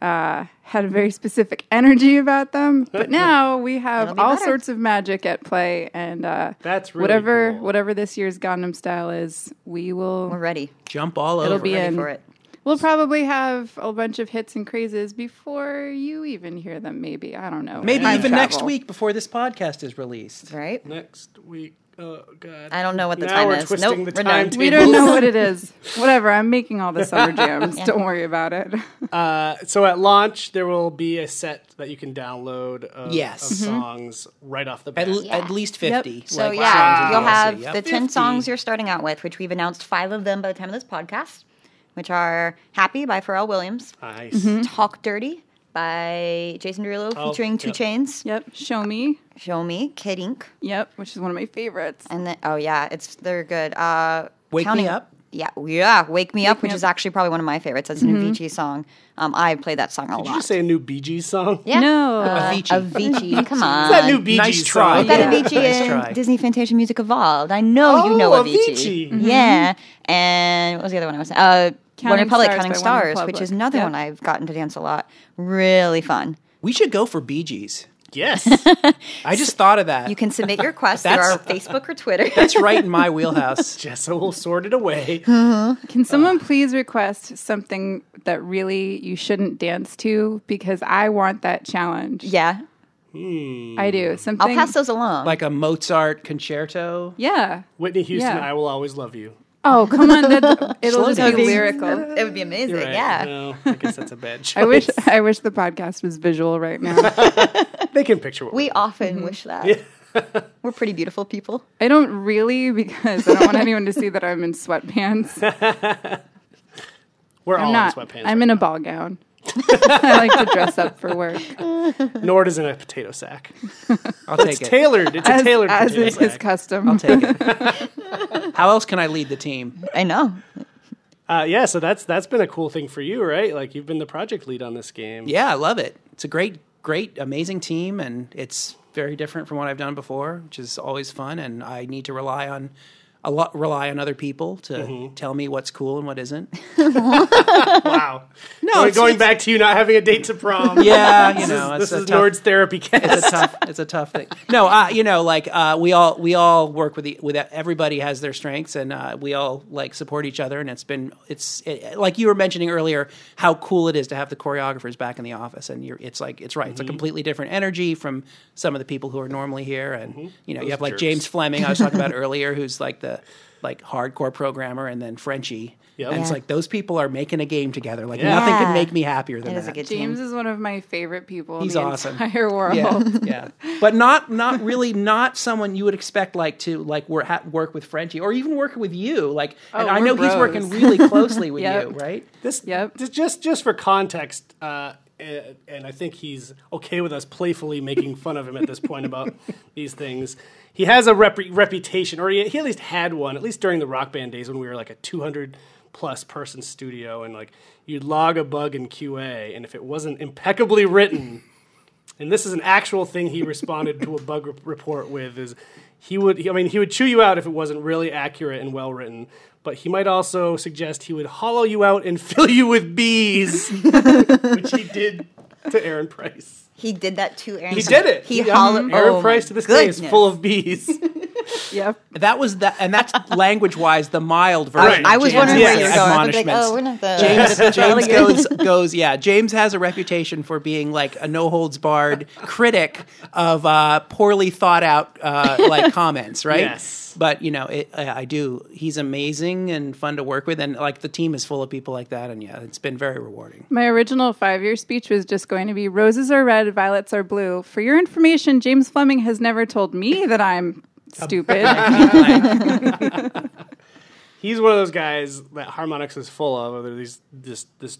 Speaker 3: uh, had a very specific energy about them. But now we
Speaker 2: It'll
Speaker 3: have
Speaker 2: be
Speaker 3: all
Speaker 2: better.
Speaker 3: sorts of magic at play, and uh,
Speaker 1: That's really
Speaker 3: whatever
Speaker 1: cool.
Speaker 3: whatever this year's Gundam style is, we will
Speaker 2: We're ready.
Speaker 4: Jump all
Speaker 3: It'll
Speaker 4: over.
Speaker 3: be
Speaker 4: it.
Speaker 2: Ready
Speaker 3: in
Speaker 2: for it.
Speaker 3: We'll probably have a bunch of hits and crazes before you even hear them, maybe. I don't know.
Speaker 4: Maybe
Speaker 3: Time
Speaker 4: even next
Speaker 3: travel.
Speaker 4: week before this podcast is released.
Speaker 2: Right?
Speaker 1: next week. Oh, God.
Speaker 2: I don't know what the
Speaker 1: now
Speaker 2: time
Speaker 1: we're
Speaker 2: is.
Speaker 1: Twisting
Speaker 2: Nope,
Speaker 1: the
Speaker 2: we're done.
Speaker 1: timetable.
Speaker 3: We don't know what it is. Whatever. I'm making all the summer jams. Don't worry about it.
Speaker 1: Uh, so at launch, there will be a set that you can download of,
Speaker 4: Yes.
Speaker 1: of songs right off the bat.
Speaker 4: At, l- at least 50.
Speaker 2: So
Speaker 4: like
Speaker 2: yeah,
Speaker 4: songs
Speaker 2: you'll
Speaker 4: of DLC,
Speaker 2: have
Speaker 4: yep.
Speaker 2: the ten songs you're starting out with, which we've announced five of them by the time of this podcast, which are "Happy" by Pharrell Williams,
Speaker 1: nice.
Speaker 2: "Talk Dirty" by Jason Derulo
Speaker 1: Oh,
Speaker 2: featuring Two
Speaker 1: yep.
Speaker 2: Chains,
Speaker 3: yep. Show me.
Speaker 2: "Show Me," Kid Ink,
Speaker 3: Yep. Which is one of my favorites.
Speaker 2: and then oh yeah, it's they're good. Uh,
Speaker 4: Wake Me
Speaker 2: counting,
Speaker 4: Up?
Speaker 2: Yeah, yeah, "Wake Me Up," which
Speaker 3: Up.
Speaker 2: is actually probably one of my favorites. That's an Avicii song. Um, I play that song a
Speaker 1: Did
Speaker 2: lot.
Speaker 1: you just say a new Bee Gees song?
Speaker 2: yeah.
Speaker 3: No.
Speaker 2: Uh,
Speaker 4: Avicii.
Speaker 2: Avicii, come on.
Speaker 1: Is that new Bee Gees
Speaker 4: Nice
Speaker 1: song?
Speaker 4: try.
Speaker 2: Got
Speaker 3: Yeah.
Speaker 2: Avicii
Speaker 4: Nice
Speaker 2: and
Speaker 4: try.
Speaker 2: Disney Fantasia Music Evolved. I know you
Speaker 1: Oh,
Speaker 2: know Avicii.
Speaker 1: Avicii.
Speaker 2: Yeah. And what was the other one I was saying? Uh, One
Speaker 3: Counting
Speaker 2: Republic,
Speaker 3: Stars
Speaker 2: Counting
Speaker 3: by One
Speaker 2: Stars,
Speaker 3: Republic.
Speaker 2: which is another
Speaker 3: Yep.
Speaker 2: one I've gotten to dance a lot. Really fun.
Speaker 4: We should go for Bee Gees.
Speaker 1: Yes.
Speaker 4: I just thought of that.
Speaker 2: You can submit your requests through our Facebook or Twitter.
Speaker 4: That's right in my wheelhouse.
Speaker 1: Jessa will sort it away.
Speaker 4: uh.
Speaker 3: Can someone please request something that really you shouldn't dance to? Because I want that challenge.
Speaker 2: yeah.
Speaker 1: Hmm.
Speaker 3: I do. Something.
Speaker 2: I'll pass those along.
Speaker 4: Like a Mozart concerto.
Speaker 3: Yeah.
Speaker 1: Whitney Houston,
Speaker 3: Yeah.
Speaker 1: I will always love you.
Speaker 3: Oh, come on. That, it'll just
Speaker 4: down.
Speaker 3: be lyrical.
Speaker 2: it would be amazing.
Speaker 1: Right.
Speaker 2: Yeah.
Speaker 1: No, I guess that's a bad choice.
Speaker 3: I wish I wish the podcast was visual right now.
Speaker 1: they can picture what
Speaker 2: We often
Speaker 3: Mm-hmm.
Speaker 2: wish that. We're pretty beautiful people.
Speaker 3: I don't really because I don't want anyone to see that I'm in sweatpants.
Speaker 1: we're all
Speaker 3: I'm not.
Speaker 1: in sweatpants.
Speaker 3: I'm
Speaker 1: right
Speaker 3: in a ball gown. I like to dress up for work.
Speaker 1: now. Nord is in a potato sack.
Speaker 4: I'll
Speaker 1: It's
Speaker 4: take it.
Speaker 1: tailored. It's
Speaker 3: As,
Speaker 1: a tailored
Speaker 3: as
Speaker 1: potato
Speaker 3: is his
Speaker 1: sack.
Speaker 3: custom.
Speaker 4: I'll take it. How else can I lead the team?
Speaker 2: I know.
Speaker 1: Uh, yeah, so that's that's been a cool thing for you, right? Like you've been the project lead on this game.
Speaker 4: Yeah, I love it. It's a great, great, amazing team, and it's very different from what I've done before, which is always fun. And I need to rely on a lot, rely on other people to
Speaker 2: Mm-hmm.
Speaker 4: tell me what's cool and what isn't.
Speaker 1: Wow.
Speaker 4: No,
Speaker 1: We're
Speaker 4: it's-
Speaker 1: going
Speaker 4: it's-
Speaker 1: back to you not having a date to prom.
Speaker 4: Yeah, you know,
Speaker 1: This
Speaker 4: it's
Speaker 1: is
Speaker 4: a tough,
Speaker 1: Nord's therapy cast.
Speaker 4: it's a tough it's a tough thing no uh, you know like uh, we all we all work with the with e, everybody has their strengths and uh, we all like support each other and it's been it's it, like you were mentioning earlier how cool it is to have the choreographers back in the office and you're it's like it's right
Speaker 1: Mm-hmm.
Speaker 4: it's a completely different energy from some of the people who are normally here and you know you have like
Speaker 1: Mm-hmm. jerks.
Speaker 4: james fleming i was talking about earlier who's like the like hardcore programmer and then Frenchie.
Speaker 1: Yep.
Speaker 4: And it's
Speaker 2: Yeah.
Speaker 4: like those people are making a game together. Like
Speaker 1: Yeah.
Speaker 4: nothing
Speaker 2: Yeah.
Speaker 4: could make me happier than
Speaker 2: It
Speaker 4: that.
Speaker 2: is a good
Speaker 3: James
Speaker 2: team.
Speaker 3: is one of my favorite people
Speaker 4: He's
Speaker 3: in the
Speaker 4: awesome.
Speaker 3: entire world.
Speaker 4: Yeah, yeah, but not not really not someone you would expect like to like work ha- work with Frenchie or even work with you. Like, and
Speaker 3: Oh,
Speaker 4: I
Speaker 3: we're
Speaker 4: know he's
Speaker 3: bros.
Speaker 4: working really closely with
Speaker 3: Yep.
Speaker 4: you, right?
Speaker 1: This,
Speaker 3: Yep.
Speaker 1: this- just just for context, uh, and, and I think he's okay with us playfully making fun of him at this point about these things. He has a rep- reputation, or he, he at least had one, at least during the rock band days when we were like a 200 plus person studio, and like you'd log a bug in QA, and if it wasn't impeccably written. and this is an actual thing he responded to a bug re- report with is he would he- i mean he would chew you out if it wasn't really accurate and well written but he might also suggest he would hollow you out and fill you with bees which he did to aaron price
Speaker 2: He did that to Aaron.
Speaker 1: he did it
Speaker 2: He hollered.
Speaker 1: aaron
Speaker 2: oh,
Speaker 1: price
Speaker 2: my
Speaker 1: to this day
Speaker 2: goodness.
Speaker 1: is full of bees
Speaker 3: Yep.
Speaker 4: That was that, and that's language wise the mild version.
Speaker 1: Right. I
Speaker 4: of
Speaker 1: was
Speaker 4: James'
Speaker 1: wondering where you were
Speaker 2: going. I was like,
Speaker 4: admonishments.
Speaker 2: oh, we're not the-
Speaker 4: James, James goes goes yeah. James has a reputation for being like a no holds barred critic of uh, poorly thought out uh, like comments, right?
Speaker 1: Yes.
Speaker 4: But you know, it, I, I do. He's amazing and fun to work with, and like the team is full of people like that, and yeah, it's been very rewarding.
Speaker 3: My original five year speech was just going to be roses are red, violets are blue. For your information, James Fleming has never told me that I'm stupid.
Speaker 1: he's one of those guys that harmonics is full of. Whether these this this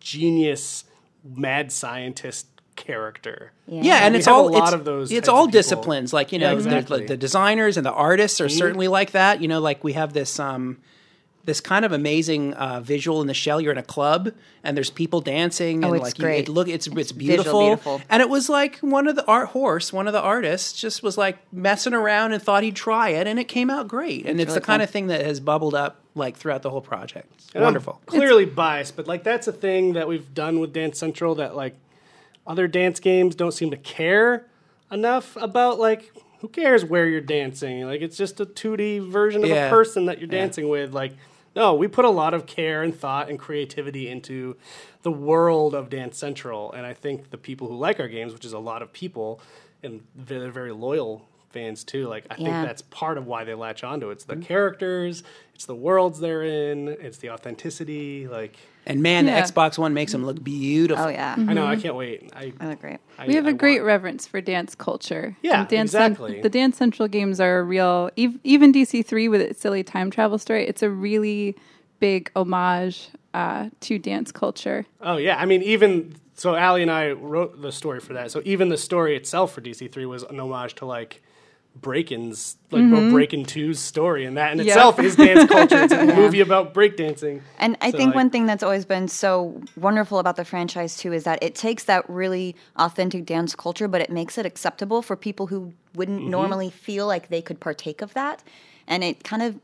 Speaker 1: genius mad scientist character.
Speaker 4: Yeah, and
Speaker 1: We
Speaker 4: it's
Speaker 1: have a
Speaker 4: all
Speaker 1: lot
Speaker 4: it's,
Speaker 1: of those types
Speaker 4: It's
Speaker 1: of
Speaker 4: all
Speaker 1: people.
Speaker 4: disciplines, like you know, the-
Speaker 1: exactly. Mm-hmm.
Speaker 4: the, the designers and the artists are certainly like that. You know, like we have this um, this kind of amazing uh, visual in the shell. You're in a club, and there's people dancing, and
Speaker 2: Oh, it's
Speaker 4: like You,
Speaker 2: great.
Speaker 4: it look, it's it's,
Speaker 2: visual
Speaker 4: beautiful.
Speaker 2: beautiful.
Speaker 4: And it was like one of the art horse, one of the artists, just was like messing around and thought he'd try it, and it came out great. And it's,
Speaker 2: really
Speaker 4: the kind of thing that has bubbled up like throughout the whole project. It's
Speaker 1: And I'm
Speaker 4: wonderful.
Speaker 1: clearly biased, but like that's a thing that we've done with Dance Central that like other dance games don't seem to care enough about like who cares where you're dancing? Like it's just a 2D version of
Speaker 4: Yeah.
Speaker 1: a person that you're dancing with. Like no, we put a lot of care and thought and creativity into the world of Dance Central, and I think the people who like our games, which is a lot of people, and they're very loyal fans too. Like I think
Speaker 2: Yeah.
Speaker 1: that's part of why they latch onto it. It's
Speaker 3: Mm-hmm.
Speaker 1: the characters, it's the worlds they're in, it's the authenticity. Like
Speaker 4: And man,
Speaker 3: Yeah.
Speaker 4: the Xbox One makes them look beautiful.
Speaker 2: Oh yeah,
Speaker 1: I know I can't wait. I,
Speaker 2: I look Oh, great.
Speaker 1: I-
Speaker 3: Mm-hmm. we have
Speaker 1: I
Speaker 3: a great
Speaker 1: want-
Speaker 3: reverence for dance culture.
Speaker 1: Yeah,
Speaker 3: And dance Cen-
Speaker 1: exactly.
Speaker 3: the Dance Central games are a real, ev- even DC3 with its silly time travel story, it's a really big homage uh, to dance culture.
Speaker 1: Oh yeah, I mean even so, Allie and I wrote the story for that. So even the story itself for DC three was an homage to like break-ins, like
Speaker 2: Mm-hmm.
Speaker 1: well, Breakin' 2's story, and that in itself is dance culture. It's a movie about breakdancing.
Speaker 2: And I
Speaker 1: So,
Speaker 2: think
Speaker 1: like-
Speaker 2: one thing that's always been so wonderful about the franchise too is that it takes that really authentic dance culture, but it makes it acceptable for people who wouldn't
Speaker 1: Mm-hmm.
Speaker 2: normally feel like they could partake of that, and it kind of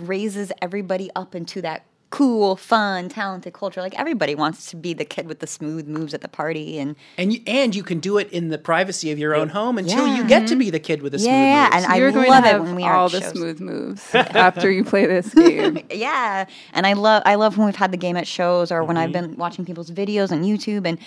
Speaker 2: raises everybody up into that cool, fun, talented culture. Like everybody wants to be the kid with the smooth moves at the party, and
Speaker 4: And you, and you can do it in the privacy of your own home until
Speaker 2: Yeah.
Speaker 4: you get to be the kid with the smooth
Speaker 2: yeah,
Speaker 4: moves.
Speaker 2: and I
Speaker 3: You're going
Speaker 2: love
Speaker 3: to have
Speaker 2: it when we are
Speaker 3: all
Speaker 2: at
Speaker 3: the
Speaker 2: shows.
Speaker 3: smooth moves after you play this game.
Speaker 2: yeah and i love i love when we've had the game at shows or when i've been watching people's videos on youtube and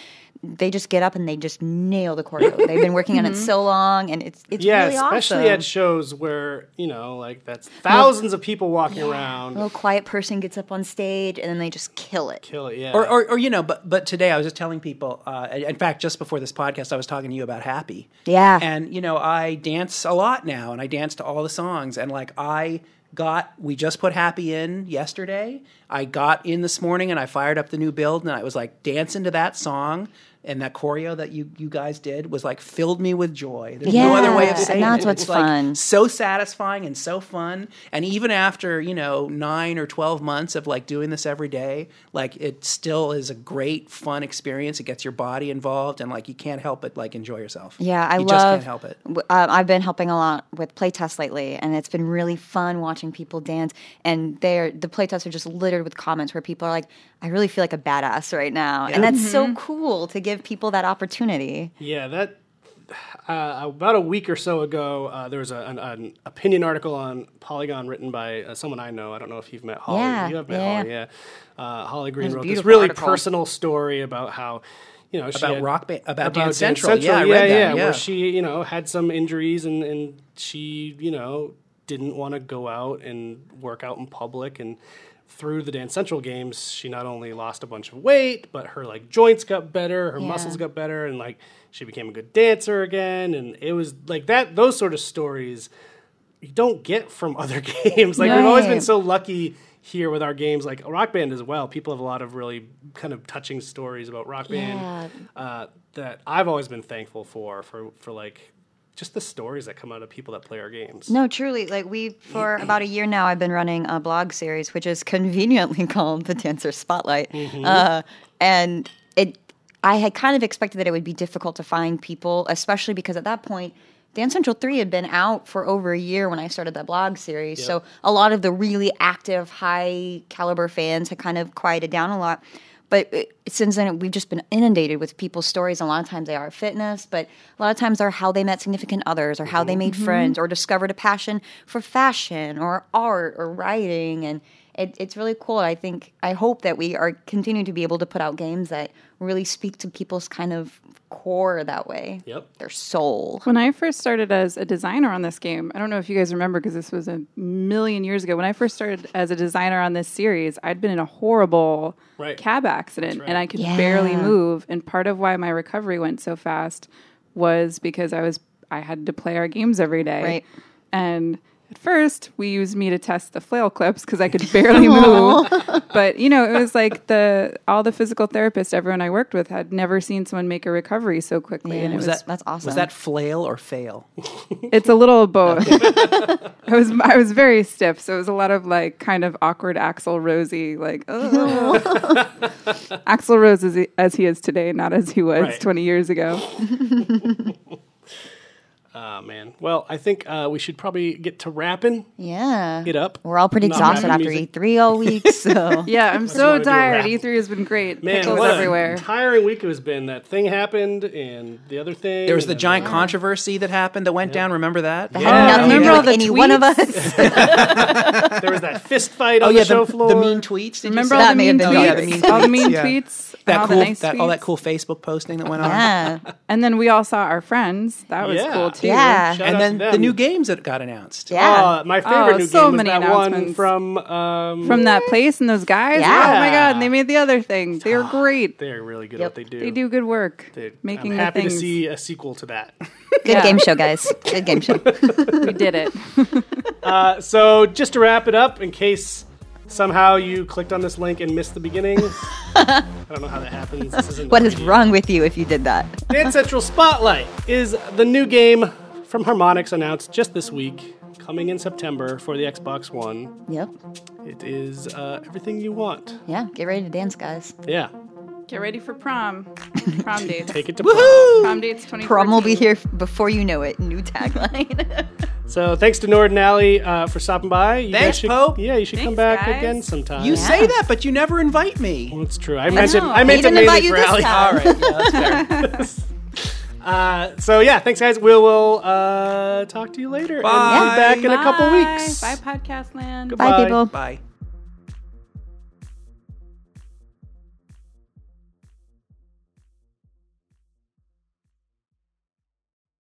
Speaker 2: they just get up and they just nail the choreo they've been working on it so long and it's it's
Speaker 1: Yeah,
Speaker 2: really
Speaker 1: especially
Speaker 2: awesome
Speaker 1: at shows where you know, like that's thousands of people walking around.
Speaker 2: a little quiet person gets up on stage and then they just kill it
Speaker 1: Kill it, yeah.
Speaker 4: or, or, or you know, but but today I was just telling people. Uh, in fact, just before this podcast, I was talking to you about Happy.
Speaker 2: Yeah.
Speaker 4: And you know, I dance a lot now, and I dance to all the songs. And like I got, we just put Happy in yesterday. I got in this morning, and I fired up the new build, and I was like dancing to that song. And that choreo that you, you guys did was like filled me with joy. There's no other way
Speaker 2: Yeah,
Speaker 4: of
Speaker 2: and
Speaker 4: saying
Speaker 2: that's
Speaker 4: it.
Speaker 2: what's
Speaker 4: It's, like,
Speaker 2: fun.
Speaker 4: so satisfying and so fun. And even after, you know, nine or 12 months of like doing this every day, like it still is a great, fun experience. It gets your body involved and like you can't help but like enjoy yourself.
Speaker 2: Yeah, I
Speaker 4: you
Speaker 2: love.
Speaker 4: just can't help it.
Speaker 2: w- Um, I've been helping a lot with playtests lately, and it's been really fun watching people dance. And they're the playtests are just littered with comments where people are like, "I really feel like a badass right now," and that's so cool to give people that opportunity.
Speaker 1: Yeah, that uh, about a week or so ago, uh, there was a, an, an opinion article on Polygon written by uh, someone I know. I don't know if you've met Holly.
Speaker 2: Yeah,
Speaker 1: you have met
Speaker 2: yeah.
Speaker 1: Holly. Yeah, uh, Holly Green
Speaker 2: was a
Speaker 1: wrote this
Speaker 2: beautiful
Speaker 1: really
Speaker 2: article.
Speaker 1: personal story about how you know she
Speaker 4: About
Speaker 1: had-
Speaker 4: rock band, about,
Speaker 1: about
Speaker 4: Dance
Speaker 1: Dance
Speaker 4: Central. Yeah, I
Speaker 1: yeah,
Speaker 4: read that.
Speaker 1: where she you know had some injuries and and she you know didn't want to go out and work out in public and through the Dance Central games, she not only lost a bunch of weight, but her like joints got better, her muscles got better, and like she became a good dancer again. And it was like that; those sort of stories you don't get from other games. Like we've always been
Speaker 2: Right.
Speaker 1: so lucky here with our games, like Rock Band as well. People have a lot of really kind of touching stories about Rock Band
Speaker 2: Yeah.
Speaker 1: uh, that I've always been thankful for, for for like just the stories that come out of people that play our games.
Speaker 2: No, truly. Like we for about a year now, I've been running a blog series, which is conveniently called the Dancer Spotlight, uh, and it. I had kind of expected that it would be difficult to find people, especially because at that point, Dance Central Three had been out for over a year when I started that blog series. So a lot of the really active, high caliber fans had kind of quieted down a lot. But uh, since then, we've just been inundated with people's stories. A lot of times they are fitness, but a lot of times are how they met significant others or how they made
Speaker 1: Mm-hmm.
Speaker 2: friends or discovered a passion for fashion or art or writing. And it, it's really cool. I think, I hope that we are continuing to be able to put out games that really speak to people's kind of core that way,
Speaker 1: Yep.
Speaker 2: their soul.
Speaker 3: When I first started as a designer on this game, I don't know if you guys remember because this was a million years ago. When I first started as a designer on this series, I'd been in a horrible
Speaker 1: Right.
Speaker 3: cab accident and I could
Speaker 2: Yeah.
Speaker 3: barely move. And part of why my recovery went so fast was because I was I had to play our games every day.
Speaker 2: Right.
Speaker 3: And at first, we used me to test the flail clips because I could barely move. But you know, it was like the all the physical therapists, everyone I worked with, had never seen someone make a recovery so quickly, and it was,
Speaker 2: Was that- That's awesome.
Speaker 4: Was that flail or fail?
Speaker 3: it's a little of both. I was I was very stiff, so it was a lot of like kind of awkward Axel Rosy, like oh. Axel Rose as he, as he is today, not as he was
Speaker 1: Right.
Speaker 3: twenty years ago.
Speaker 1: Ah, man. Well, I think uh, we should probably get to wrapping
Speaker 2: Yeah.
Speaker 1: it up.
Speaker 2: We're all pretty
Speaker 1: Not
Speaker 2: exhausted
Speaker 1: rapping
Speaker 2: after
Speaker 1: music.
Speaker 2: E3 all week, so
Speaker 3: Yeah, I'm
Speaker 1: wanna
Speaker 3: so
Speaker 1: do a
Speaker 3: tired.
Speaker 1: wrap.
Speaker 3: E3 has been great.
Speaker 1: Man,
Speaker 3: Pickles
Speaker 1: what
Speaker 3: everywhere.
Speaker 1: a tiring week it has been. That thing happened, and the other thing.
Speaker 4: There was
Speaker 1: and
Speaker 4: the
Speaker 1: then-
Speaker 4: giant controversy that happened that went down. Remember that?
Speaker 2: I
Speaker 1: Yeah.
Speaker 2: had nothing
Speaker 3: Remember
Speaker 2: to do with
Speaker 3: all the
Speaker 2: any one of
Speaker 3: tweets?
Speaker 2: us.
Speaker 1: There was that fist fight
Speaker 4: Oh
Speaker 1: on
Speaker 4: yeah,
Speaker 1: the show
Speaker 4: the,
Speaker 1: floor.
Speaker 4: the mean tweets. Did you
Speaker 3: Remember
Speaker 4: see
Speaker 3: all
Speaker 2: That
Speaker 3: the,
Speaker 2: may
Speaker 3: mean
Speaker 2: have
Speaker 3: tweets,
Speaker 2: been me.
Speaker 4: Yeah, the mean
Speaker 3: all the
Speaker 4: tweets,
Speaker 3: mean
Speaker 4: yeah.
Speaker 3: tweets, and
Speaker 4: that
Speaker 3: all
Speaker 4: cool,
Speaker 3: the nice
Speaker 4: that, all that
Speaker 3: tweets.
Speaker 4: cool Facebook posting that went on?
Speaker 2: yeah.
Speaker 3: And then we all saw our friends. That was
Speaker 1: Yeah.
Speaker 3: cool too.
Speaker 2: Yeah.
Speaker 1: Shout out
Speaker 4: And then
Speaker 1: to
Speaker 4: the
Speaker 1: them.
Speaker 4: new games that got announced.
Speaker 2: Yeah.
Speaker 1: Oh, my favorite
Speaker 3: Oh,
Speaker 1: new
Speaker 3: so
Speaker 1: game was
Speaker 3: many
Speaker 1: that one
Speaker 3: announcements.
Speaker 1: from. Um,
Speaker 3: From that place and those guys.
Speaker 2: Yeah.
Speaker 3: Oh my god, and they made the other thing. They were great.
Speaker 1: they're really good at
Speaker 2: Yep.
Speaker 1: what they do.
Speaker 3: They do good work
Speaker 1: They-
Speaker 3: making
Speaker 1: I'm
Speaker 3: the
Speaker 1: happy
Speaker 3: things.
Speaker 1: to see a sequel to that.
Speaker 2: Good game show, guys. Good game show.
Speaker 3: We did it.
Speaker 1: Uh, so just to wrap it up, in case somehow you clicked on this link and missed the beginning, I don't know how that happens. This isn't
Speaker 2: What
Speaker 1: the
Speaker 2: is
Speaker 1: radio.
Speaker 2: wrong with you if you did that?
Speaker 1: Dance Central Spotlight is the new game from Harmonix announced just this week, coming in September for the Xbox One.
Speaker 2: Yep.
Speaker 1: It is uh, everything you want.
Speaker 2: Yeah. Get ready to dance, guys.
Speaker 1: Yeah,
Speaker 3: Get ready for prom. Prom dates.
Speaker 1: take it to
Speaker 3: Prom dates 2014.
Speaker 2: Prom will be here before you know it. New tagline.
Speaker 1: prom. So thanks to Nord and Alley uh, for stopping by. You
Speaker 4: Thanks,
Speaker 1: should,
Speaker 4: Pope.
Speaker 1: Yeah, you should come
Speaker 3: Thanks,
Speaker 1: back
Speaker 3: guys.
Speaker 1: again sometime.
Speaker 4: You say that, but you never invite me.
Speaker 1: That's true. I meant it.
Speaker 3: know.
Speaker 1: I meant
Speaker 2: They
Speaker 1: it mainly
Speaker 2: didn't invite you
Speaker 1: for
Speaker 2: this
Speaker 1: Allie.
Speaker 2: time.
Speaker 4: All right, yeah, that's fair.
Speaker 1: Uh, so yeah, thanks guys. We will uh, talk to you later. And
Speaker 4: Bye.
Speaker 1: be back in a couple
Speaker 3: Bye.
Speaker 1: weeks.
Speaker 3: Bye, podcast land.
Speaker 1: Goodbye.
Speaker 2: Bye, people.
Speaker 4: Bye.